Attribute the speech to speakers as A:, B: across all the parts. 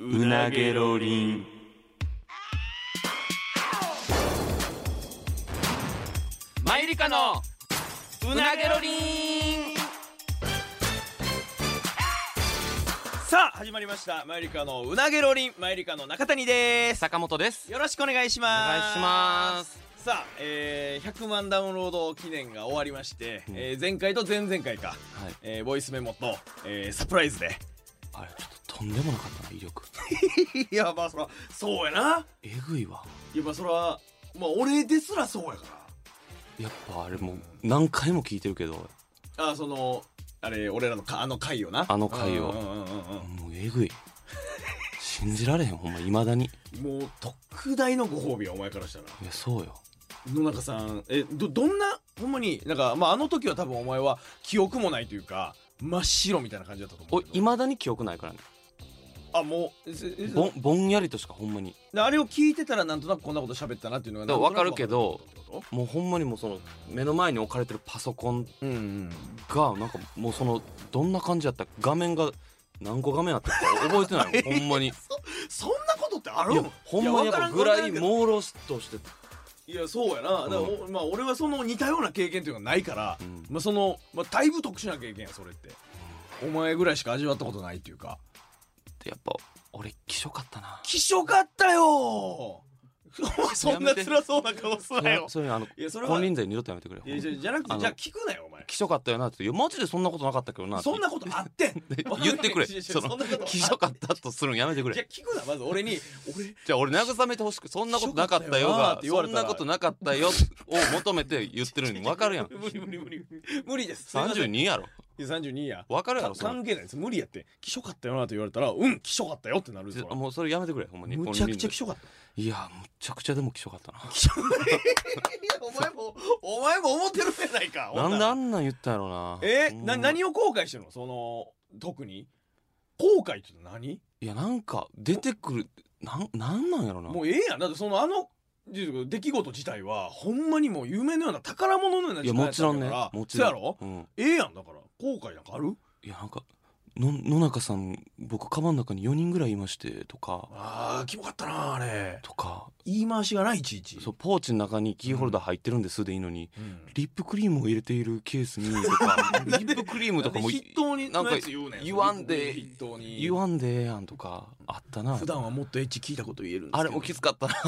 A: うなげろりんマイリカのうなげろりん
B: さあ始まりましたマイリカのうなげロリンマイリカの中谷です
A: 坂本です
B: よろしくお願いし
A: お願
B: ま
A: い
B: す
A: します
B: すさあ、えー、100万ダウンロード記念が終わりまして、えー前回と前々回か、
A: はい
B: えーボイスメモと、えーサプライズで
A: あれちょっととんでもなかったな威力
B: いやまあそらそうやな
A: えぐいわ
B: いやまあそらまあ俺ですらそうやか
A: やっぱあれもう何回も聞いてるけども
B: らあーそのあれ俺らのかあの回よな
A: あの回を
B: うんうんうんうん
A: うえぐい信じられへんほんまいまだに
B: うんもう特大のご褒美はお前からしたら
A: いやそうよ
B: 野中さんえどどんなほんまになんか、まあ、あの時は多分お前は記憶もないというか真っ白みたいな感じだったと思
A: お
B: う
A: い
B: けど
A: まだに記憶ないからね
B: あもうえせえ
A: ぼんぼんやりとしかほんまに
B: あれを聞いてたらなんとなくこんなこと喋ったなっていうのが
A: だ
B: なん
A: か
B: と
A: ら
B: な
A: 分
B: く
A: かるけど
B: わかるってこ
A: もうほんまにもうその目の前に置かれてるパソコン
B: とうんうん
A: がなんかもうそのどんな感じやった画面が何個画面あったか覚えてない のほんまにい
B: そんなことってある
A: やほんまにやっぱぐらい
B: いやわからん
A: 朦朧として
B: いやそうやなだから、
A: うん
B: おまあ、俺はその似たような経験っていうのがないから、
A: うん
B: まあ、その、まあ、だいぶ特殊な経験やそれって、お前ぐらいしか味わったことないっていうか
A: やっぱ俺気性かったな
B: 希少かった よそんな
A: やめて
B: 辛そうな顔す
A: そ
B: な
A: れ
B: よ
A: そういうあの
B: いやそ れは
A: 金輪際二度とやめてくれよ
B: いやじゃじゃなく
A: あ
B: て
A: の
B: じゃあ聞くなよお前
A: 気性かったよなっていやマジでそんなことなかったけどなって
B: そんなことあってん
A: 言ってくれ
B: いやいやいや
A: そ
B: そ
A: の
B: んなこと
A: 気性かったとするんやめてく
B: じゃ
A: れ
B: あ聞くなまず俺に俺
A: じゃあ俺慰めてほしくそんなことなかったよがそ
B: 気性かったよなって言われ
A: ん
B: たら
A: なことなかったよを求めて言ってるのに分かるやん
B: 無理無理無理無理です32
A: 32やろ
B: 32や
A: 分かるやろそれ
B: 関係ないです無理やって気性かったよなと言われたらうん気性かったよってなるで
A: じ
B: す
A: ゃあもうそれやめてくれほんまに
B: むちゃくちゃ気性かった
A: いやむちゃくちゃでも気性かったな
B: いやお前もお前も思ってるじゃないか
A: なんであ
B: 女
A: んなん言ったんやろな
B: え
A: ほんま
B: な何を後悔してるのその特に後悔って何
A: いやなんか出てくるなんなんなんやろな
B: もうええやんだってそのあの出来事自体はほんまにもう夢のような宝物のようない
A: やもちろんね
B: から
A: もちろん
B: そやろ
A: うん
B: ええやんだから後悔なんかある
A: いやなんかの野中さん僕カバンの中に4人ぐらいいましてとか
B: あーキモかったなあれ
A: とか
B: 言い回しがないいちいち
A: そうポーチの中にキーホルダー入ってるんですでいいのに、リップクリームを入れているケースにと かリップクリームとかも
B: 筆頭に
A: なんか
B: のやつ言うねん
A: 言わんで
B: 筆頭に
A: 言わんでええやんとかあったな
B: 普段はもっとエッチ聞いたこと言えるんですけ
A: あ
B: ど
A: れもきつかったな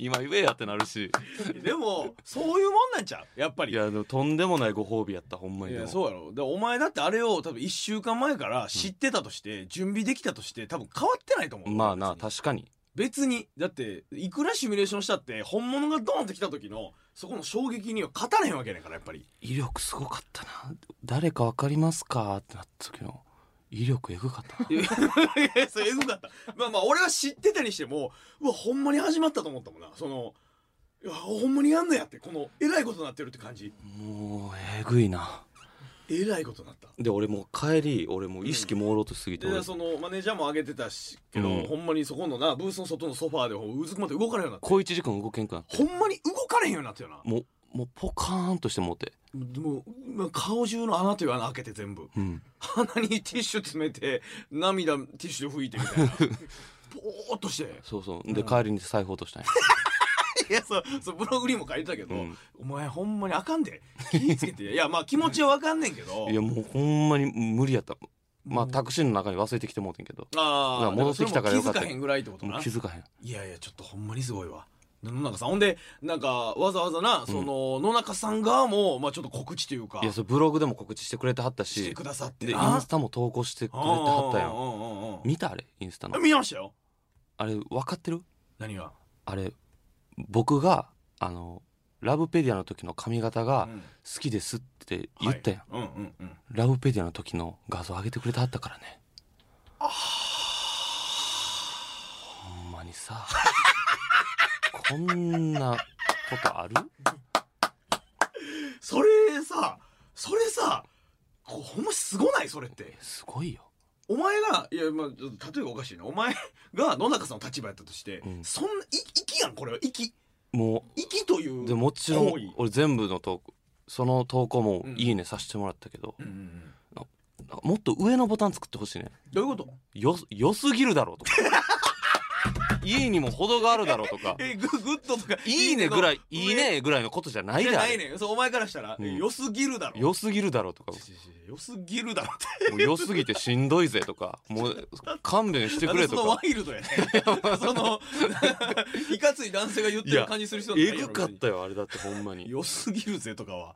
A: 今言えやってなるし
B: でもそういうもんなんちゃうやっぱり
A: いやでもとんでもないご褒美やったほんま
B: い
A: にで
B: や
A: も
B: そうやろでお前だってあれを多分1週間前から知ってたとして、準備できたとして多分変わってないと思う
A: まあな
B: 別に
A: 確かに
B: 別にだっていくらシミュレーションしたって本物がドーンってきた時のそこの衝撃には勝たれへんわけねんからやっぱり
A: 威力すごかったな誰かわかりますかってなった時の威力えぐかったない
B: やいや それエグかったまあまあ俺は知ってたにしてもうわほんまに始まったと思ったもんなそのいやほんまにやんのやってこのえらいことになってるって感じ
A: もうえぐいな
B: えらいことになった
A: で俺もう帰り俺もう意識朦朧としすぎて、
B: で
A: 俺
B: そのマネージャーも上げてたしけど、
A: うん
B: ほんまにそこのなブースの外のソファーでほんまうずくまって動かれへんようになって
A: 小一時間動けんくなって
B: ほんまに動かれへんようになったよな
A: もうもうポカーンとしてもうて、
B: でもうまあ顔中の穴という穴開けて全部
A: うん、
B: 鼻にティッシュ詰めて涙ティッシュで拭いてみたいなぼーっとして
A: そうそうで帰りに財布落としたんや、
B: いや そうそうブログにも書いてたけど、
A: うん
B: お前ほんまにあかんで気ぃつけていやまあ気持ちはわかんねんけど
A: いやもうほんまに無理やったまあ
B: うん
A: タクシーの中に忘れてきてもうてんけど
B: あ
A: いや
B: あ
A: 戻ってきたからよかった
B: 気づかへんぐらいってこと
A: も
B: な
A: う気づかへん
B: いやいやちょっとほんまにすごいわ野中さんほんでなんかわざわざなその、野中さん側もまあちょっと告知というか
A: いやそれブログでも告知してくれてはった
B: し
A: して
B: くださって
A: でイ
B: な
A: ンスタも投稿してくれて
B: うんうんうん
A: はったやん
B: うんうんうん
A: 見たあれインスタの
B: 見ましたよ
A: あれ分かってる
B: 何が、
A: あれ僕があのラブペディアの時の髪型
B: う
A: が
B: ん
A: 好きですって言ったやん、
B: はいうんうんうん
A: ラブペディアの時の画像上げてくれてはったからねさこんなことある
B: それさそれさこうほんますごないそれって
A: すごいよ
B: お前がいやまあちょっと例えばおかしいなお前が野中さんの立場やったとして、
A: うん
B: そんない息やんこれは息
A: も
B: 息というう
A: でもちろ
B: 行為
A: ん俺全部の投稿その投稿も
B: うん
A: いいねさせてもらったけど、
B: うんうんうん
A: なんかもっと上のボタン作ってほしいね
B: どういうこと
A: よ良すぎるだろ うとか家にも程があるだろうとか
B: えググッドとか
A: いいねぐらい
B: の
A: いいねぐらいのことじゃない
B: じ
A: だ
B: ゃ
A: ろ
B: ないねんそうお前からしたら、
A: うん
B: え良すぎるだろ
A: 良すぎるだろうとか
B: ちょちょちょ良すぎるだろって
A: もう良すぎてしんどいぜとかもう勘弁して
B: な
A: く
B: んで
A: れ
B: そ
A: と
B: の
A: か
B: ワイルドやね そのいかつい男性が言ってる感じする人なん
A: え
B: ていない
A: ぐかったよあれだってほんまに
B: 良すぎるぜと かは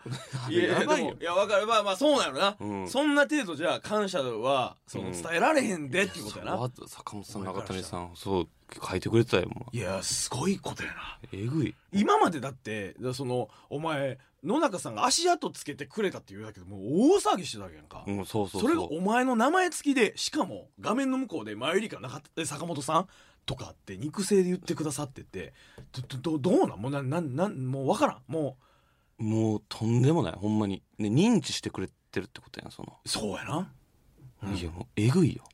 B: いや
A: やばい
B: で
A: よ
B: もいやわかるまあまあそうなのな、
A: うん
B: そんな程度じゃ感謝はその
A: うん
B: 伝えられへんでっていうことやな、
A: わざ坂本さん中谷さんそう書いてくれてたよもう
B: いやすごいことやな
A: えぐい
B: 今までだってそのお前野中さんが足跡つけてくれたっていうだけでもう大騒ぎしてたわけやんか、
A: うんそうそう
B: それがお前の名前付きでしかも画面の向こうで「前よりかなかったえ坂本さん」とかって肉声で言ってくださっててどどどどうなんもうななんなんもう分からんも
A: もうとんでもないほんまにね認知してくれてるってことやんその
B: うそうやな、うん
A: いやもうえぐいよ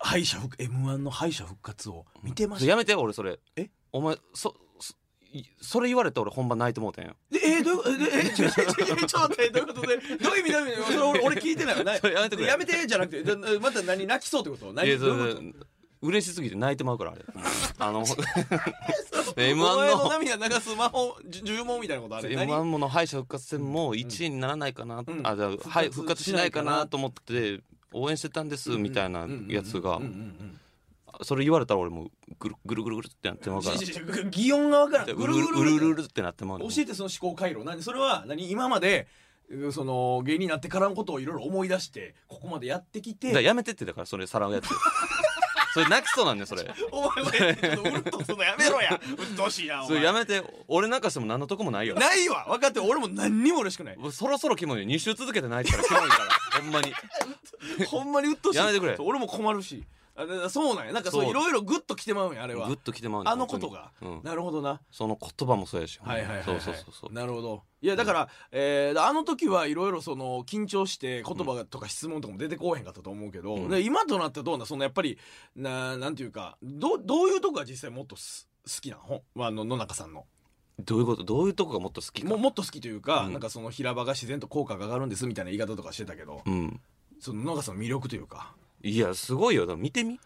B: 敗者復 m 1の敗者復活を見てま
A: それ
B: した、
A: やめて俺それ
B: え
A: お前そそいそれ言われて俺本番泣いてもうてんよ
B: でえーどういうことええちょちょちょちょちょ待ってどういうことでどういう意味どういう意味それ俺俺聞いてないわない
A: それやめてくれ
B: やめてじゃなくてだまた何泣きそうってこと
A: い
B: 何
A: や
B: どういう
A: そ
B: こ
A: れ嬉しすぎて泣いてまう からあれあの
B: と
A: M1
B: お前の
A: の
B: 涙流す魔法じゅ呪文みたいなことあれ
A: m 1もの敗者復活戦も1位にならないかな、
B: うん
A: あじゃあ
B: 復活
A: はい復活しないか
B: しないか
A: な
B: な
A: と思って応援してたんですみたいなやつが
B: うんうんうん
A: それ言われたら俺もうぐるぐるぐるぐるってなって
B: う
A: ま
B: ん
A: うから
B: ちちち擬音がわからん
A: うるうるうるうるうるってなってまうね
B: 教えてその思考回路何それは何今までうその芸人になってからのことをいろいろ思い出してここまでやってき
A: だから
B: て
A: やめてってだからそれさらうやつ それ泣きそうなんだよそれ
B: お前はちょっとうるっとするのやめろやうっとうしいなお
A: それ
B: 前
A: やめて俺なんかしても何のとこもないよ
B: ないわ分かってる俺も何にも嬉しくない
A: もうそろそろキモいよ2週続けて泣いてたらキモい からほんまに
B: ほんまにうっとうしい
A: やめてくれ
B: そう俺も困るしあだからそうなんやなんかそう
A: そう
B: いろいろグッときてまうんやあれは
A: グッときてまうね
B: あの
A: 本当に
B: ことが
A: うん
B: なるほどな
A: その言葉もそうやし
B: はいはいはい、はい、
A: そうそうそうそう
B: なるほどいやだから、えーあの時はいろいろその緊張して言葉とか質問とかも出てこうへんかったと思うけど、
A: うん
B: で今となってはどうなんそのやっぱりななんていうかどどういうとこが実際もっとす好きなのほんまああの野中さんの
A: どういうことどういうとこがもっと好きか
B: ももっと好きというか、
A: うん
B: なんかその平場が自然と効果が上がるんですみたいな言い方とかしてたけど
A: うん
B: その野中さんの魅力というか
A: いやすごいよでも見てみ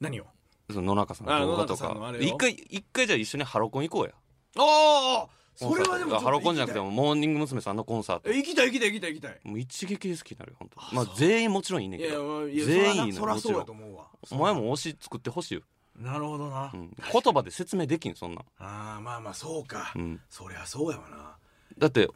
B: 何を
A: その野中さんの動画と
B: あ野中さんの
A: か
B: あれよ
A: 一回一回じゃあ一緒にハロコン行こうや
B: ああそれはでもちょっと
A: ハロコンじゃなくて
B: 行
A: もモーニング娘。さんのコンサー
B: き
A: ト
B: たいえ行きたい行きたい行きたい行きたい
A: もう一撃で好きになるよ本
B: あ
A: 当まあ
B: そう
A: 全員もちろんいいねん
B: い
A: け
B: やい
A: ど
B: や
A: 全員いいの
B: そら
A: も
B: そ
A: ち
B: らそう
A: ろ
B: や
A: ん
B: と思うわ
A: お前も推し作ってほしいよ、
B: なるほどな、
A: うん、言葉で説明できんそんなん、
B: ああまあまあそうか、
A: うん、
B: そりゃそうやわな、
A: だって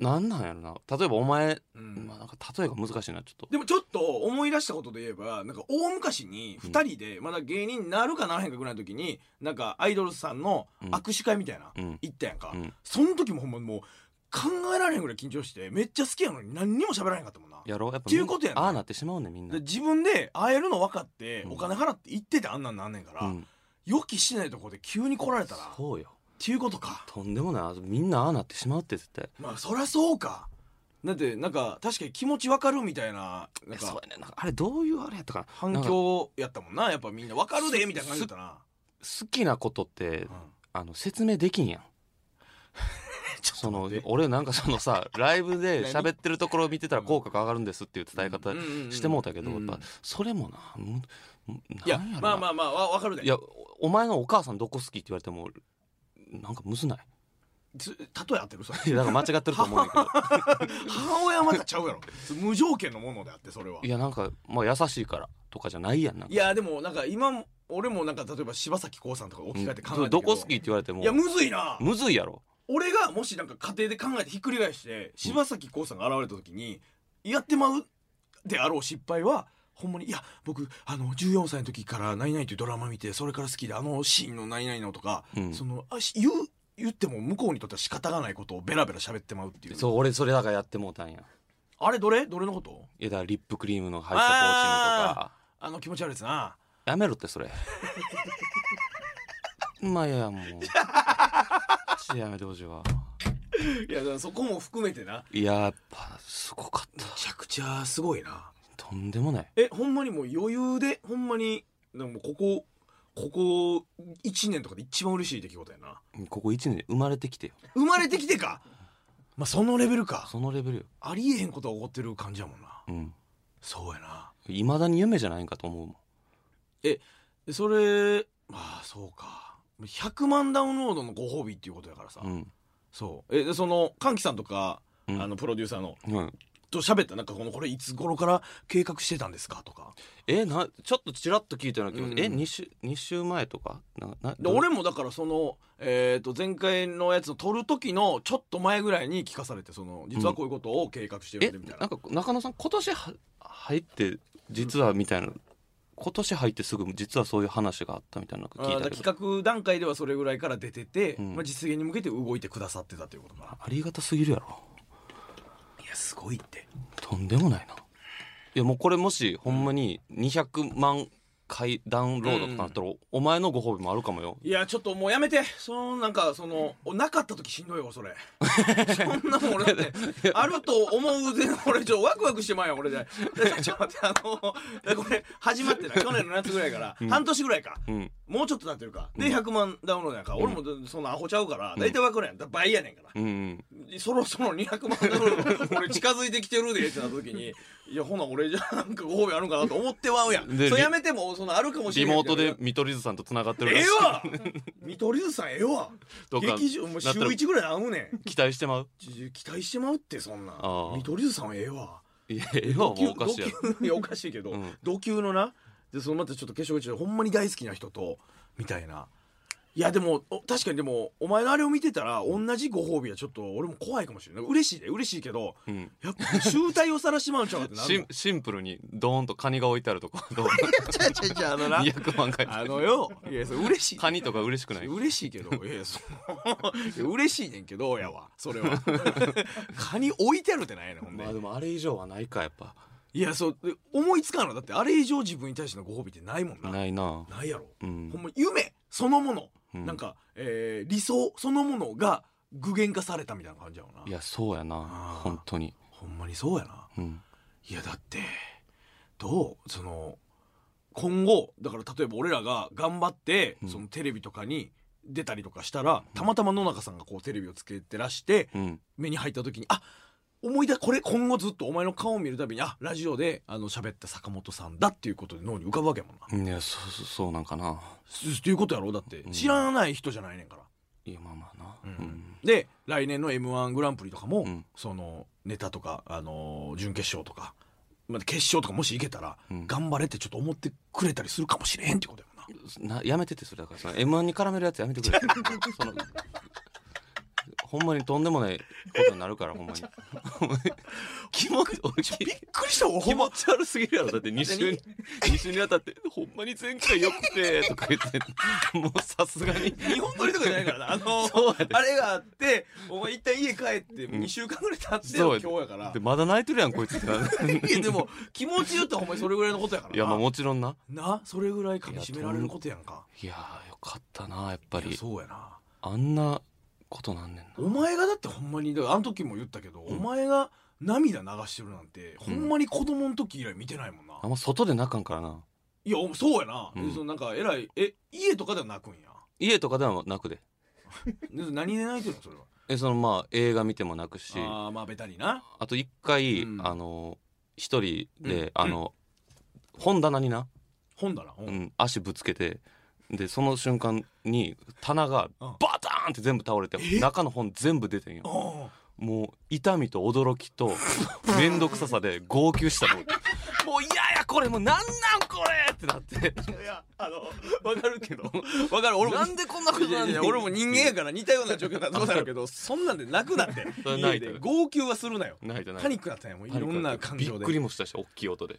A: なんなんやろな例えばお前、
B: うん
A: まあ、なんか例えが難しいなちょっと
B: でもちょっと思い出したことで言えばなんか大昔に2人でまだ芸人になるかならへんかぐらいの時になんかアイドルさんの握手会みたいな、
A: うん
B: 行ったやんか、
A: うん
B: その時もほんまもう考えられへんぐらい緊張してめっちゃ好きやのに何にも喋らへんかったもんな
A: やろうやっぱ
B: っていうことやな
A: ああなってしまうねみんな
B: で、自分で会えるの分かって
A: うん
B: お金払って行っててあんなんなんねんから、
A: うん、
B: 予期しないとこで急に来られたらっ
A: そうよ
B: ていうことか
A: とんでもないみんなああなってしまうって絶対
B: まあそりゃそうかだってなんか確かに気持ち分かるみたいななん
A: そう
B: か
A: やねんなんかあれどういうあれやったかな
B: 反
A: なんか
B: 響やったもんなやっぱみんな分かるでみたいな感じだったな、
A: 好きなことってあの説明できんやん
B: ちょっ
A: そ
B: と
A: の
B: 待って
A: 俺なんかその さライブで
B: 何
A: 喋ってるところを見てたら効果が上がるんですっていう伝え方
B: うんうんうん
A: してもうたけど
B: う
A: やっ
B: ん
A: ぱそれもなむ
B: いや
A: なんやろな
B: まあまあまあわ分かるで
A: いやおお前のお母さんどこ好きって言われてもなんかむずない
B: つ例え合ってるそれ
A: いやだから間違ってると思うんだけ ど
B: 母親はまたちゃうやろ無条件のものであってそれはい
A: やなんかまあ優しいからとかじゃないやんなんか
B: いやでもなんか今も俺もなんか例えば柴咲コウさんとか置き換えて考えて
A: どどこ好きって言われても
B: いやむずいな
A: むずいやろ
B: 俺がもしなんか家庭で考えてひっくり返して柴咲コウさんが現れた時にやってまうであろう失敗はほんまにいや僕あの14歳の時から「何々」というドラマ見てそれから好きであのシーンの「何々の」とか、
A: うん
B: そのあし言う言っても向こうにとっては仕方がないことをベラベラ喋ってまうっていう
A: そう俺それだからやってもうたんや
B: あれどれどれのこと
A: いやだからリップクリームの入ったコーチングとか
B: あの気持ち悪いですな
A: やめろってそれまあいやもうちょっとやめてほしいわ
B: いやだからそこも含めてない
A: ややっぱすごかった
B: めちゃくちゃすごいな
A: とんでもない
B: えほんまにもう余裕でほんまにでもここここ1年とかで一番嬉しい出来事やな
A: ここ1年で生まれてきてよ
B: 生まれてきてか まあそのレベルか
A: そのレベルよ
B: ありえへんことが起こってる感じやもんな
A: うん
B: そうやない
A: まだに夢じゃないんかと思うもん
B: でそれまあそうか100万ダウンロードのご褒美っていうことやからさ、
A: うん
B: そうえでその歓喜さんとか、
A: うん
B: あのプロデューサーの
A: うん
B: と喋ったなんかこのこれいつ頃から計画してたんですかとか
A: えなちょっとちらっと聞いたような気がするえ
B: うん
A: 二週二週前とかなな
B: で俺もだからその、えー、と前回のやつの撮る時のちょっと前ぐらいに聞かされてその実はこういうことを計画してる
A: え
B: んでみたい
A: な
B: なん
A: か中野さん今年は入って実はみたいな、今年入ってすぐ実はそういう話があったみたいなの
B: あ
A: 聞い
B: ー
A: た
B: だ
A: け
B: か
A: ど
B: ら企画段階ではそれぐらいから出てて、
A: うん
B: まあ、実現に向けて動いてくださってたということか
A: ありがたすぎるやろ
B: ないやすごいって
A: とんでもないないやもうこれもしほんまに200万回ダウンロードとかなったら、お前のご褒美もあるかもよ
B: いやちょっともうやめてそのなんかそのおなかった時しんどい わそれそんなもん俺だってあると思うで俺ちょっとワクワクしてまうよ俺でちょっと待ってあのこれ始まって な去年の夏ぐらいから、半年ぐらいか
A: うん
B: もうちょっとなってるかで100万ダウンロードやんか、俺もそんなアホちゃうから大体分かるやんだから倍やねんから、
A: うんうん
B: そろそろ200万ダウンロード俺近づいてきてるでってなった時にいやほな俺じゃなんかご褒美あるんかなと思ってまうやん
A: で
B: それやめてもそのあるかもし
A: リ
B: れな
A: モ
B: い
A: ートで見取り図さんとつながってる
B: え
A: らしい
B: えわ 見取り図さんええわ
A: とか
B: 劇場もう
A: な
B: 週
A: ったら
B: 1ぐらい会うねん
A: 期待してまう
B: ち期待してまうってそんな
A: ああ
B: 見取り図さんはええわ
A: いやええわもうおかしいやろ
B: 同 級いやおかしいけど、
A: うん
B: 同級のなでそのまたちょっと化粧口でほんまに大好きな人とみたいないやでもお確かにでもお前のあれを見てたら同じご褒美はちょっと俺も怖いかもしれない嬉しいで嬉しいけど
A: うん
B: やっぱ集大をさらしまうんちゃうかってな
A: シ
B: る
A: ンシンプルにドーンとカニが置いてあるとこ
B: ちゃちゃちゃあのな
A: 200万回
B: あのよいやそれ嬉しい
A: カニとか嬉しくない
B: 嬉しいけど いやそのいや嬉しいねんけどやわそれはカニ置いてあるってないねんほんで、
A: まあでもあれ以上はないかやっぱ
B: いやそうで思いつかんのだってあれ以上自分に対してのご褒美ってないもんな
A: ないな
B: ないやろ、
A: うん
B: ほんま夢そのもの、
A: うん
B: なんか、えー理想そのものが具現化されたみたいな感じやろない
A: やそうやな
B: あー
A: 本当に
B: ほんまにそうやな
A: うん
B: いやだってどうその今後だから例えば俺らが頑張って、
A: うん
B: そのテレビとかに出たりとかしたらたまたま野中さんがこうテレビをつけてらして、
A: うん
B: 目に入った時にあ思い出これ今後ずっとお前の顔を見るたびにあラジオであの喋った坂本さんだっていうことで脳に浮かぶわけやもんない
A: やそうそうそうなんかな
B: すということやろだ って
A: うん
B: 知らない人じゃないねんから、
A: いやまあまあな
B: で来年の m 1グランプリとかも、
A: うん
B: そのネタとか、あのー準決勝とか、まあ、決勝とかもし行けたら、
A: うん
B: 頑張れってちょっと思ってくれたりするかもしれへんってことやもんな
A: なやめてってそれだからその M1 に絡めるやつやめてくれそのほんまにとんでもないことになるからほんまに気持ち
B: びっくりしたわほ
A: 気
B: んま
A: 持ち悪すぎるや ろだって2週に2週にわたって「ほんまに前回よくて」とか言ってもうさすがに
B: 日本撮りとかじゃないから なあのー
A: そうやで
B: あれがあってお前一旦家帰って2週間ぐらい経って
A: そ
B: の
A: うやで
B: 今日やから
A: でまだ泣いてるやんこいつってなる
B: いやでも気持ち言ったらほんまにそれぐらいのことやからない
A: やまあもちろんな
B: なそれぐらいかみしめられることやんか
A: いやーよかったなやっぱ
B: いや
A: り
B: そうやな
A: あんなことなんねんな
B: お前がだってほんまにだからあの時も言ったけど、お前が涙流してるなんてほんまに子供の時以来見てないもんな、
A: あんま外で泣かんからない
B: やおそうやな、
A: うん
B: そのなんかえらいえ家とかでは泣くんや
A: 家とかでは泣くで
B: で何で泣いてるのそれは
A: えそのまあ映画見ても泣くしあ
B: ああまあベタにな
A: と一回、
B: うん
A: あの一人で、
B: うん
A: あの、本棚にな、
B: 本だな、う
A: うんん、足ぶつけてでその瞬間に棚が
B: うん
A: バターンって全部倒れて
B: え
A: 中の本全部出てんよ
B: ああ
A: もう痛みと驚き と面倒くささで号泣したのもういややこれもうなんなんこれってなって
B: いやあのわかるけどわかる俺も
A: なんでこんなこと
B: いや
A: なん
B: いやいや俺も人間やから似たような状況だとなるけどそんなんで泣くなって
A: それ泣
B: 家
A: いたよ
B: で号泣はするなよ
A: 泣いた泣いた
B: パニックだったんやもういろんな感情
A: び
B: で
A: っくりもしたし大きい音で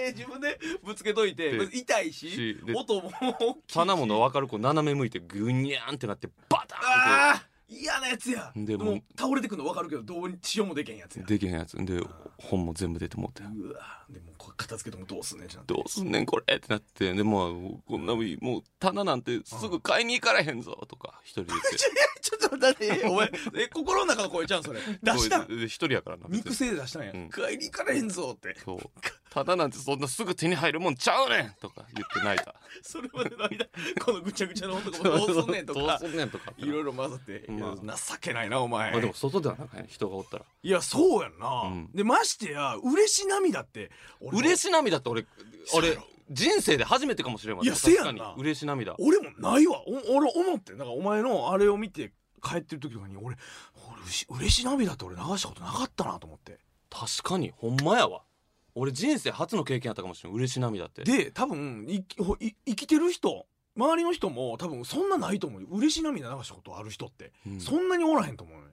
B: えー自分でぶつけといて
A: で
B: 痛いし
A: しで
B: 音も大きいし
A: 棚もの分かる子斜め向いてぐにゃーんってなってバターンって
B: あ嫌なやつや
A: でも
B: もう倒れてくの分かるけどどうにしようもできへんやつや
A: できへんやつで本も全部出てもって
B: うわでもこれ片付けてもどうすんねんじゃん
A: どうすんねんこれってなってでもこんなもんもう棚なんてすぐ買いに行かれへんぞとか一人で言って
B: ち ょ ちょっと待ってお前え心の中の声ちゃうんそれ出した
A: こ
B: ん
A: うで一人やからな別に
B: 肉声で出したんや
A: うん
B: 帰り行かれへんぞって
A: そう棚なんてそんなすぐ手に入るもんちゃうねんとか言って泣いた
B: それまでの 間このぐちゃぐちゃの男もどうすんねんとか
A: どうすんねんとか
B: いろいろ混ざって、いや
A: ま
B: 情けないなお前、
A: まあでも外ではなんかね人がおったら
B: いやそうやんな、
A: うん
B: でましてや嬉し涙って俺も
A: 嬉し涙って俺
B: そうや
A: 俺
B: ろ
A: 人生で初めてかもしれません
B: いやせやんな
A: 確かに嬉し涙
B: 俺もないわお俺思ってなんかお前のあれを見て帰ってる時とかに俺俺うし嬉し涙って俺流したことなかったなと思って
A: 確かにほんまやわ俺人生初の経験やったかもしれん嬉し涙って
B: で多分いきほい生きてる人周りの人も多分そんなないと思うよ嬉し涙流したことある人って、
A: うん
B: そんなにおらへんと思うね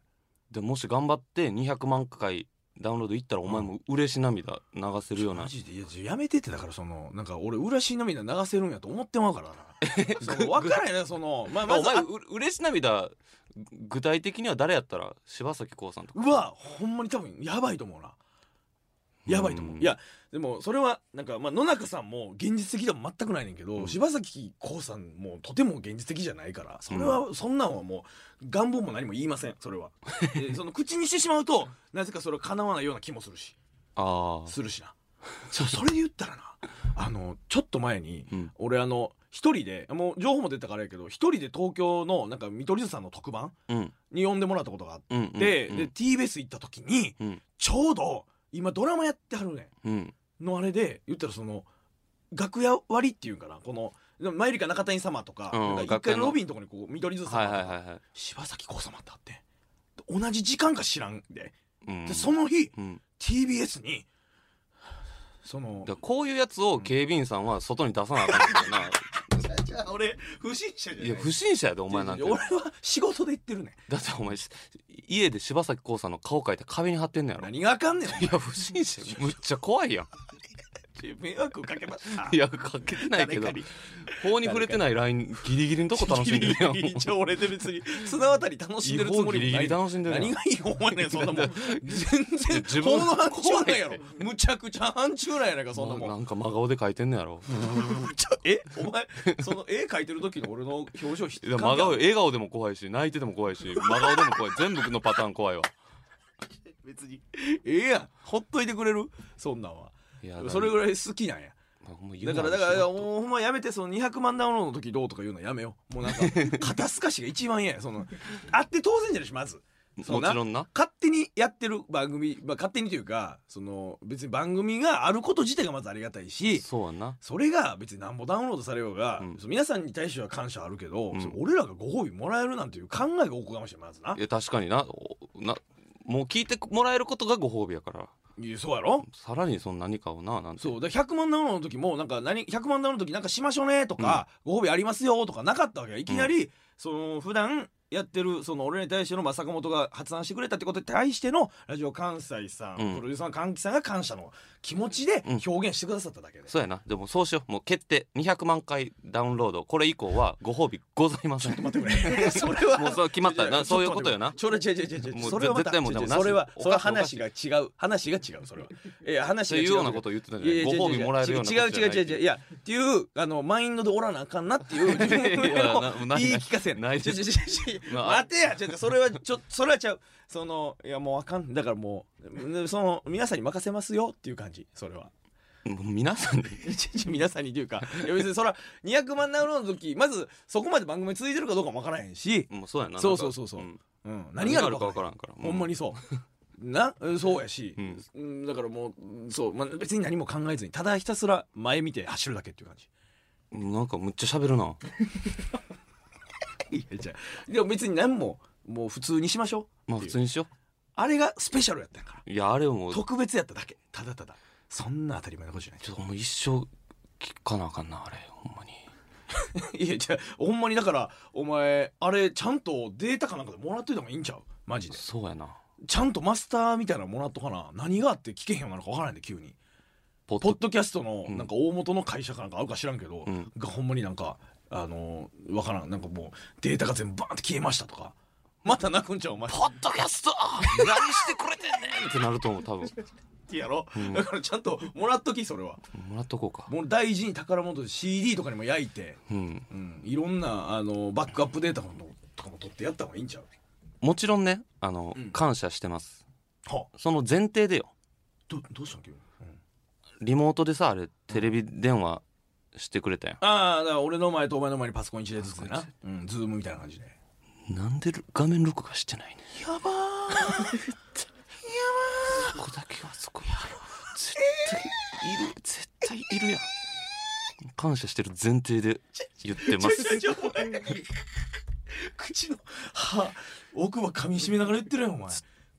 A: でもし頑張って200万回ダウンロードいったらお前も嬉し涙流せるような
B: マジでいやちょやめてってだからそのなんか俺嬉し涙流せるんやと思ってまうからな その分からへんなそのまあま
A: お
B: ず
A: 前う嬉し涙具体的には誰やったら柴咲コウさんとか
B: うわほんまに多分やばいと思うなやばいと思う、
A: うん
B: いやでもそれはなんか、まあ、野中さんも現実的でも全くないねんけど、
A: うん
B: 柴咲コウさんもとても現実的じゃないからそれは、そんなんはもう願望も何も言いませんそ れはでその口にしてしまうとなぜかそれは叶わないような気もするし
A: ああ
B: するし なそそれで言ったらなあのちょっと前に、
A: うん
B: 俺あの一人でもう情報も出たからやけど一人で東京のなんか見取り図さんの特番
A: うん
B: に呼んでもらったことがあって。
A: うんうん
B: で,、
A: うん
B: で TBS 行った時に、
A: うん
B: ちょうど今ドラマやってはるね
A: うん
B: んのあれで言ったらその楽屋割りっていうんかなこの「マユリカ中谷様」とか,、
A: うん
B: なんか一
A: 楽
B: 回
A: 屋の
B: ロビーのとこにこう緑図様とか、
A: はいはいはいはい
B: 柴咲コウ様ってあって同じ時間か知らんで,、
A: うん
B: でその日
A: うん
B: TBS にその
A: だからこういうやつを警備員さんは外に出さなあかんから な
B: じゃあ俺不審者じゃない
A: いや不審者やでお前なんて
B: 俺は仕事で行ってるねん
A: だってお前家で柴咲コウさんの顔描いて壁に貼ってんのやろい
B: 何があかんねんお前
A: や不審者むっちゃ怖いやん
B: 迷惑かけまし た
A: いやかけてないけど
B: 誰かに
A: 法に触れてないラインギリギリのとこ楽しんでるやん
B: ギリギリ一応俺で別に綱渡り楽しんでるつも
A: 違法ギ
B: りもない
A: リギリ楽しんでるやん
B: 何がいいお前ねんそんなもん全然
A: 自
B: 自
A: 分
B: 分の範疇なんやろむちゃくちゃ範疇なんやないかそんなもん
A: ななんか真顔で描いてんのやろ
B: ちょえお前その絵描いてる時の俺の表情ひ
A: いや真顔笑顔でも怖いし泣いてても怖いし真顔でも怖い全部のパターン怖いわ
B: 別にええやんほっといてくれるそんなん はい
A: や
B: それぐらい好きなんや
A: まあほんま言う
B: だ
A: な
B: からだからもうほんまやめてその200万ダウンロードの時どうとか言うのやめようも うなんか肩透かしが一番嫌やそのあって当然じゃないしまずそう
A: もちろんな
B: 勝手にやってる番組、まあ、勝手にというかその別に番組があること自体がまずありがたいし
A: そうやんな
B: それが別になんぼダウンロードされようが、
A: うん
B: その皆さんに対しては感謝あるけど、
A: うん
B: その俺らがご褒美もらえるなんていう考えがおこがましいまずない
A: や確かになおなもう聞いてもらえることがご褒美やから
B: いやそうやろ
A: さらにその何かをななんて
B: そうだから100万ダウンロードの時もなんか何100万ダウンロードの時なんかしましょうねとか、ご褒美ありますよとかなかったわけよいきなり、その普段やってるその俺らに対しての、まあ、坂本が発案してくれたってことに対してのラジオ関西さん、
A: うん
B: プロデューサーの関木さんが感謝の気持ちで
A: うん
B: 表現してくださっただけで、
A: そうやなでもそうしようもう決定200万回ダウンロードこれ以降はご褒美ございません
B: 待って くれそれは
A: もうそれ決まったなそういうことよな
B: それ違う違う違う違
A: も
B: う
A: う
B: それはま
A: 絶
B: た
A: 対もう
B: 違う違
A: で
B: う
A: もなし
B: それは
A: おかしい
B: それは話が違う話が違うそれはえ話
A: そ
B: が
A: う
B: 違
A: いううようなことを言ってたんじゃない
B: やや
A: ご褒美もらえるような
B: 違う違う違う違うい
A: や
B: やっていうあのマインドでおらなあかんなっていう
A: いやなないない
B: 言い聞かせや
A: ないです
B: ちょちょちょちょ
A: まあ
B: 待てやちょっとそれはちょそれはちゃうそのいやもうあかんだからもうその皆さんに任せますよっていう感じそ れは
A: もう皆さんで
B: いちいち皆さんにというかいや別にそら200万ダウンロードの時まずそこまで番組続いてるかどうかもわからへんし、
A: もうそうやな
B: そう
A: なんか
B: そうそうそうんうん、何
A: 何
B: が
A: が
B: あ
A: あ
B: る
A: る
B: か
A: か分
B: 分か
A: からら
B: ん
A: んから
B: ほんまにそうなうんそうやし、
A: うん
B: うんだからもうそう、まあ、別に何も考えずにただひたすら前見て走るだけっていう感じ
A: なんかむっちゃ喋るない
B: やじゃあでも別に何ももう普通にしましょう
A: まあ普通にしよ
B: あれがスペシャルやったんやから
A: ういやあれはもうちょ
B: 特別やっただけただただそんな当たり前のことじゃない
A: っともう一生聞かなあかんなあれほんまに
B: いや じゃあほんまにだからお前あれちゃんとデータかなんかでもらっといた方がいいんちゃうマジで
A: そうやな
B: ちゃんとマスターみたいなのもらっとかな何があって聞けへんようなのか分からないんで急に
A: ポッ
B: ポ
A: ド
B: ッドキャストの
A: うん
B: なんか大元の会社かなんかあるか知らんけど、
A: うん
B: がほんまになんかあのーわからんなんかもうデータが全部バーンって消えましたとかまた泣くんちゃうお前
A: ポッドキャスト何してくれてんねんってなると思う多分
B: ってやろ、
A: ん
B: だからちゃんともらっときそれは
A: もらっとこうか
B: もう大事に宝物で CD とかにも焼いて、
A: うん
B: うん、いろんなあのバックアップデータとかも取ってやった方がいいんちゃう
A: もちろんねあの、
B: うん
A: 感謝してます
B: は
A: その前提でよ
B: どどうしたんけ、
A: リモートでさあれテレビ電話してくれたや
B: ああだから俺の前とお前の前にパソコン一台ずつでな、うん、ズームみたいな感じで
A: んなんで画面録画してないねん
B: やばー
A: そこだけはそこだけは絶対いる絶対いるやん感謝してる前提で言ってま
B: ちょ
A: す
B: ちょちょお前口の歯奥歯噛み締めながら言ってるやんお前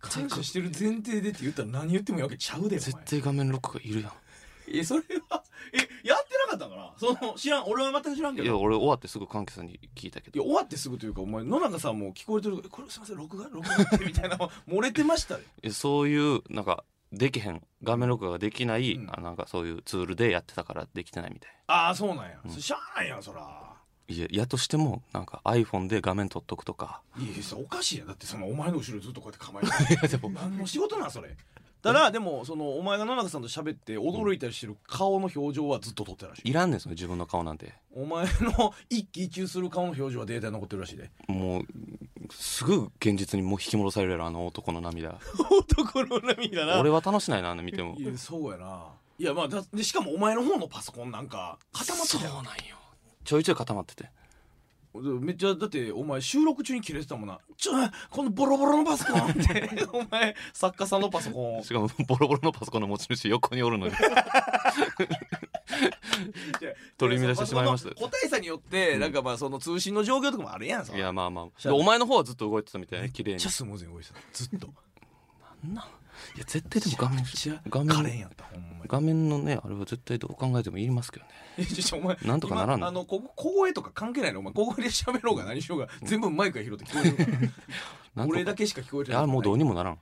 B: 感謝してる前提でって言ったら何言ってもいいわけちゃうでお
A: 絶
B: 前
A: 対画面録画いるや
B: えそれはえやってなかったんからその知らん俺は全く知らんけ
A: んい
B: ど
A: や俺終わってすぐ関係さんに聞いたけ
B: いや
A: ど
B: 終わってすぐというかお前野中さんも聞こえてるえこれすいません録画録画ってみたいな漏れてましたね
A: えそういうなんかできへん画面録画ができない、
B: うん
A: あなんかそういうツールでやってたからできてないみたい
B: ああそうなんや、それしゃあないやんそら
A: いややとしてもなんか iPhone で画面撮っとくとか
B: いやいやそれおかしいやんだってそのお前の後ろにずっとこうやって構え てる何の仕事なんそれただでもそのお前が野中さんと喋って驚いたりしてる顔の表情はずっと撮ってるらしい
A: いらんねんその自分の顔なんて
B: お前の一喜一憂する顔の表情はデータに残ってるらしいで
A: もうすぐ現実にもう引き戻されるやろあの男の涙
B: 男の涙な
A: 俺は楽しないなあんな見ても
B: いやそうやないやまあだでしかもお前の方のパソコンなんか固まってたやん
A: なんよちょいちょい固まってて
B: めっちゃだってお前収録中に切れてたもんなちょこのボロボロのパソ コンってお前作家さんのパソコンを
A: しかもボロボロのパソコンの持ち主横におるのに 取り乱してしまいました
B: パソコンの個体差によってなんかまあその通信の状況とかもあるやん さ
A: いやまあまあ
B: し
A: で
B: ゃあない
A: お前の方はずっと動いてたみたいな綺麗
B: めっ
A: に
B: ちゃスムーズに動いてたずっと
A: いや絶対でも画面
B: ちゃ
A: 画
B: 可憐
A: 面
B: やったほんまに
A: 画面のねあれは絶対どう考えてもいりますけどね
B: えちょちょお前
A: なんとかならんの
B: 今あのここ小声とか関係ないのお前小声で喋ろうが何しようが全部マイクが拾って聞こえる か
A: な
B: ら
A: んとか
B: 俺だけしか聞こえて
A: い
B: ない
A: やもうどうにもならん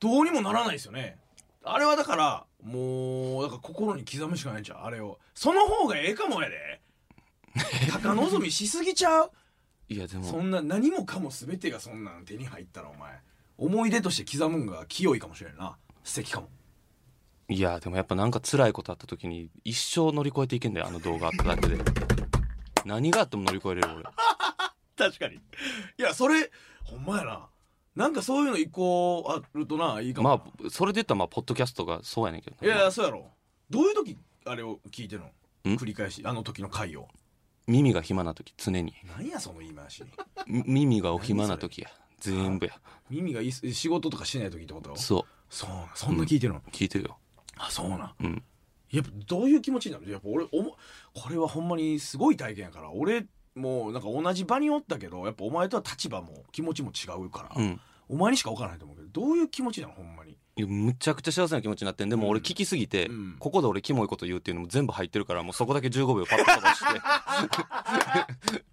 B: どうにもならないですよねあれはだからもうだから心に刻むしかないんちゃうあれをその方がええかもやで高望みしすぎちゃう
A: いやで
B: そ
A: も
B: んな何もかも全てがそんなん手に入ったらお前思い出として刻むんが清いかもしれんな素敵かも
A: いやでもやっぱなんか辛いことあった時に一生乗り越えていけんだよあの動画あっただけで何があっても乗り越えれる俺
B: 確かにいやそれほんまやななんかそういうの一個あるとないいかもな、
A: まあそれで言ったらまあポッドキャストがそうやねんけど
B: いやいやそうやろどういう時あれを聞いてるの
A: ん
B: 繰り返しあの時の回を
A: 耳が暇な時常に
B: なんやその言い回し
A: み耳がお暇な 時や全部や
B: 耳がいい仕事とかしない時ってこと
A: そ
B: そうなんそんな聞いてるの、
A: う聞いてるよ
B: あそうなん
A: うん
B: やっぱどういう気持ちになるやっぱ俺おもこれはほんまにすごい体験やから俺もうなんか同じ場におったけどやっぱお前とは立場も気持ちも違うか
A: う
B: ら、
A: ん
B: お前にしか分からないと思うけどどういう気持ちなのほんまに
A: いやむちゃくちゃ幸せな気持ちになってんでも俺聞きすぎて、
B: うん
A: ここで俺キモいこと言うっていうのも全部入ってるからもうそこだけ15秒パッと飛ば して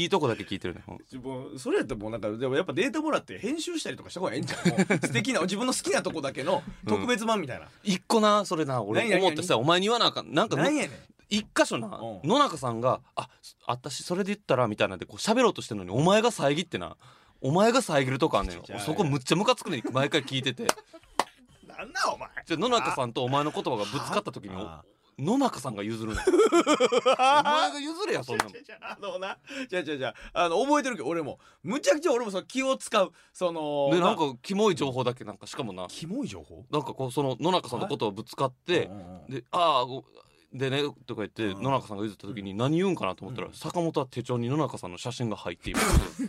A: いいとこだけ聞いてるねもう
B: もうそれやったらもうなんかでもやっぱデータもらって編集したりとかした方がええんちゃう もう素敵な自分の好きなとこだけの特別版みたいな、
A: 一個なそれな俺
B: 何何
A: 思ってさお前に言わなあかんなんか
B: なんやねん
A: 一箇所な
B: うん
A: 野中さんが「あ私それで言ったら」みたいなんでこう喋ろうとしてるのにお前が遮ってなお前が遮るとかあんね
B: ちょちょ
A: んそこむっちゃムカつくねん毎回聞いてて
B: なんだお前
A: じゃ野中さんとお前の言葉がぶつかった時に
B: あ
A: お野中さんが譲るねんお前が譲れやそんなの
B: じゃじゃあのなじゃあじゃあじゃああの覚えてるけど俺もむちゃくちゃ俺もその気を使うその
A: でなん
B: まあ
A: かキモい情報だけなんかしかもな
B: キモい情報
A: なんかこうその野中さんのことをぶつかって
B: うんうんうん
A: で「ああごでね」とか言って
B: うん
A: 野中さんが譲った時に何言うんかなと思ったら
B: うん
A: 坂本は手帳に野中さんの写真が入っています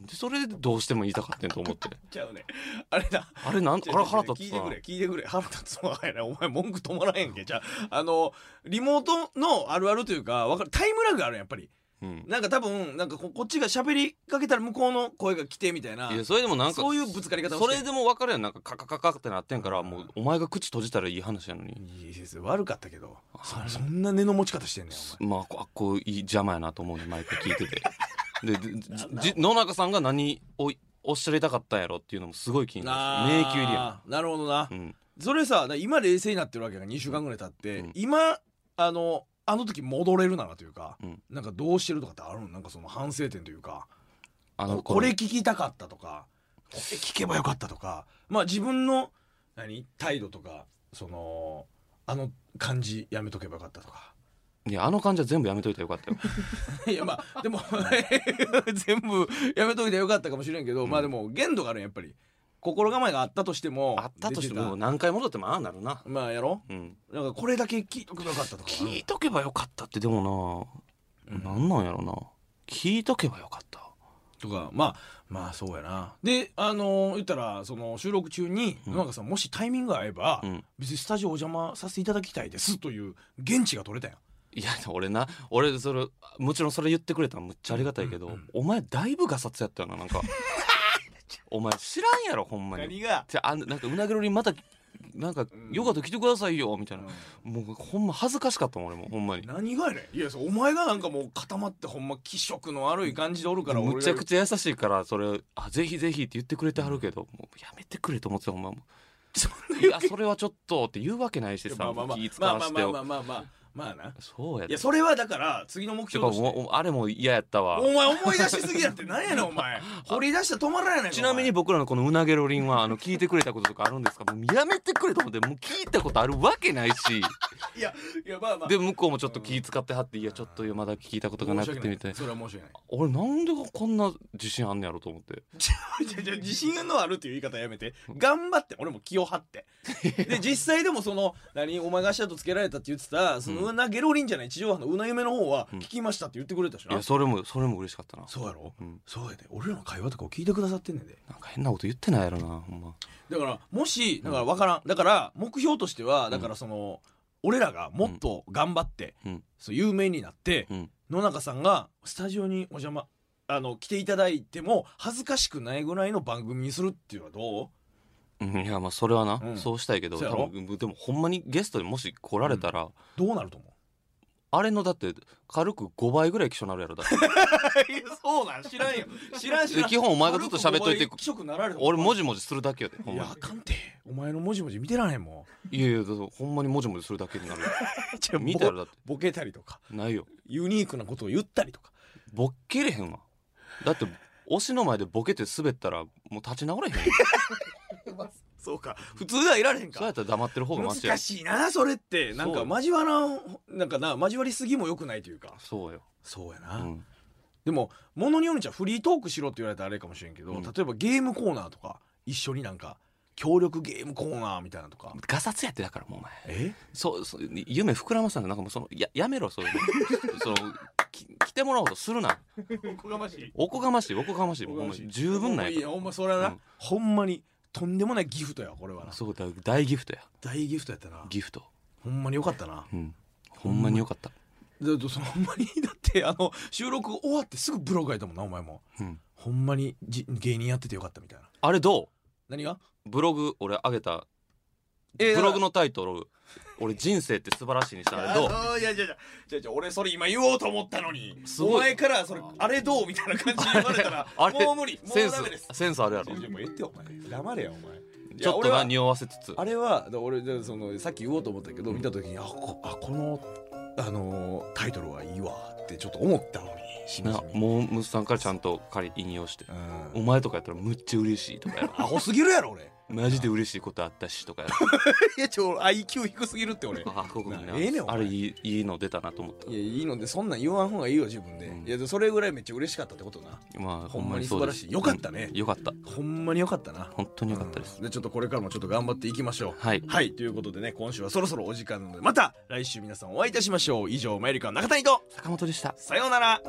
A: でそれでどうしても言いたかったんと思って
B: ちゃうねあれだ
A: あれなん
B: ちょ
A: あれ腹
B: 聞
A: 立
B: い
A: つ
B: て
A: な
B: くれ聞いてくれ腹立つわやなお前文句止まらへんけじゃああのリモートのあるあるというかわかるタイムラグあるやっぱり
A: うん
B: なんか多分なんかここっちが喋りかけたら向こうの声が来てみたいない
A: やそれでもなんか
B: そういうぶつかり方をして
A: それでも分かるやんなんかカカカカってなってんからもうお前が口閉じたらいい話やのに
B: いいです悪かったけどそそんな根の持ち方してんねんお前
A: まあこあこういい邪魔やなと思うね毎回聞いててででじじ野中さんが何をおっしゃりたかったんやろっていうのもすごい気になる迷宮入りや
B: あーなるほど
A: ん
B: な、
A: うん
B: それさだから今冷静になってるわけが2週間ぐらい経って、
A: うん
B: 今あのあの時戻れるならというか、
A: うん
B: なんかどうしてるとかってあるのなんかその反省点というか
A: あの
B: ここれ聞きたかったとかこれ聞けばよかったとかまあ自分の何態度とかそのあの感じやめとけばよかったとか
A: いやあの感じは全部やめといたらよかった よ
B: いやまあでも 全部やめといてよかったかもしれんけど、まあでも限度があるんやっぱり心構えがあったとしても
A: あったとしてももう
B: 出
A: 何回戻ってもああなるな
B: たまあやろ
A: うん
B: なんかこれだけ聞いとけばよかったとか
A: 聞いとけばよかったってでもな、なんなんやろな聞いとけばよかった
B: とかまあまあそうやなであのー言ったらその収録中に野中さん、もしタイミングが合えば、
A: うん
B: 別にスタジオお邪魔させていただきたいですという現地が取れたやん
A: いや俺な俺それもちろんそれ言ってくれたのむっちゃありがたいけど、お前だいぶガサツやったよな なんかお前知らんやろほんまに
B: が
A: じゃあなんかうなぎろりまたなんかよかったら来てくださいよみたいな、もうほんま恥ずかしかったもん俺もほんまに
B: 何がやねんいやそうお前がなんかもう固まってほんま気色の悪い感じでおるから
A: むちゃく
B: ち
A: ちゃ優しいからそれあぜひぜひって言ってくれてはるけど、もうやめてくれと思ってたほんま もういやそれはちょっとって言うわけないしさ
B: まあまあまあ
A: 気使
B: まあ
A: わ
B: まあ
A: せて
B: まあ
A: よ
B: まあまあまあまあな
A: そうやっ
B: いやそれはだから次の目
A: て
B: 標
A: か
B: として
A: もうあれも嫌やったわ
B: お前思い出しすぎやって何やねん お前掘り出したら止まらないねん
A: ちなみに
B: お
A: 僕らのこのうなげろりんはあの聞いてくれたこととかあるんですかもうやめてくれと思ってもう聞いたことあるわけない し
B: 前いやいやまあまあ
A: で向こうもちょっと気使ってはっていやちょっとまだ聞いたことがなくてみたいな
B: それは申し訳ない
A: 俺なんでこんな自信あんねやろと思って
B: じゃじゃ自信のあるっていう言い方やめて頑張って俺も気を張ってで実際でもその何お前が足跡つけられたって言ってたそのうなゲロリンじゃない地上波のうな夢の方は聞きましたって言ってくれたし
A: い
B: な、
A: やそれもそれも嬉しかったな
B: そうやろ、
A: うん
B: そうやで俺らの会話とかを聞いてくださってんねんで
A: なんか変なこと言ってないやろなほんま
B: だからもしだから分からんだから目標としてはだからその、俺らがもっと頑張って、
A: うん
B: そう有名になって、
A: うん
B: 野中さんがスタジオにお邪魔あの来ていただいても恥ずかしくないぐらいの番組にするっていうのはどう
A: うんいやまあそれはな、
B: うん
A: そうしたいけど
B: そうやろ
A: 多分でもほんまにゲストでもし来られたら、
B: どうなると思う
A: あれのだって軽く5倍ぐらい気象なるやろ だって
B: いやそうなん知らんよ知らん知らん
A: 基本お前がずっと喋っといて
B: 軽くお前気色なられる
A: 俺もじもじするだけやでほ
B: い
A: んま
B: やあかんてお前のもじもじ見てられへんも
A: にいやいやだってほんまにもじもじするだけになる
B: ん
A: 見たらだって
B: ボケたりとか
A: ないよ
B: ユニークなことを言ったりとか
A: ボッケれへんわだって推しの前でボケて滑ったらもう立ち直れへんよ
B: そうか普通ではいられへん
A: そうやったら黙ってる方がマシや
B: 難しいなそれってなんか
A: そう
B: 交わらんなんかな交わりすぎも良くないというか
A: そうよ、
B: そうや
A: う
B: な、
A: ん、
B: でもものによるんちゃうフリートークしろって言われたらあれかもしれんけど、
A: うん
B: 例えばゲームコーナーとか一緒になんか協力ゲームコーナーみたいなとか
A: ガサツやってだからもうお前
B: え
A: そうそう夢膨らませたんだなんかもうそのややめろそういうの そのき来てもらおうとするな
B: おこがましい
A: おこがましいおこがましいもうほんまに十分なん
B: いや
A: やか
B: ほんまそれはな、
A: うん
B: ほんまにとんでもないギフトやこれはな
A: らそうだ大ギフトや
B: 大ギフトやったな
A: ギフト
B: ほんまによかったな
A: うんほんまによかった
B: だってそのほんまに だってあの収録終わってすぐブログ書いたもんなお前も
A: うん
B: ほんまにじ芸人やっててよかったみたいな
A: あれど
B: 何が
A: うブログ俺上げた
B: えー
A: ブログのタイトル俺人生って素晴らしいにしたあれどう
B: いやいやいやいやいや俺それ今言おうと思ったのに
A: すごい
B: お前からそれあれどうみたいな感じで言われたら
A: あれ
B: もう無理も
A: セン
B: う
A: ス
B: ダメです
A: センスあるやろ
B: いやもう言ってよお前黙れよお前い
A: ち
B: や
A: ょっ
B: 俺
A: と
B: は
A: な匂わせつつ
B: あれはだ俺でそのさっき言おうと思ったけど見た時にあこあこの、あのータイトルはいいわってちょっと思ったのにしみ
A: な
B: じみ
A: もうムスさんからちゃんと仮引用して
B: うん
A: お前とかやったらむっちゃ嬉しいとか やろ
B: アホすぎるやろ俺
A: マジで嬉しいことあったしとかやろ
B: いやちょ IQ 低すぎるって 俺い
A: あここに
B: なええねんお前
A: あれいいいいの出たなと思っ
B: やいいのでそんなん言わん方がいいよ自分で、
A: うん
B: いやでそれぐらいめっちゃ嬉しかったってことな
A: たまあ
B: ほんまに
A: そうで
B: 素晴
A: す
B: らしいよかったね
A: うんよかった
B: ほんまによかったな
A: 本当によかったです、
B: うんでちょっとこれからもちょっと頑張っていきましょう
A: はい
B: はいということでね今週はそろそろお時間なのでまた来週皆さんお会いいたしましょう以上マユリカの中谷と
A: 坂本でした
B: さようなら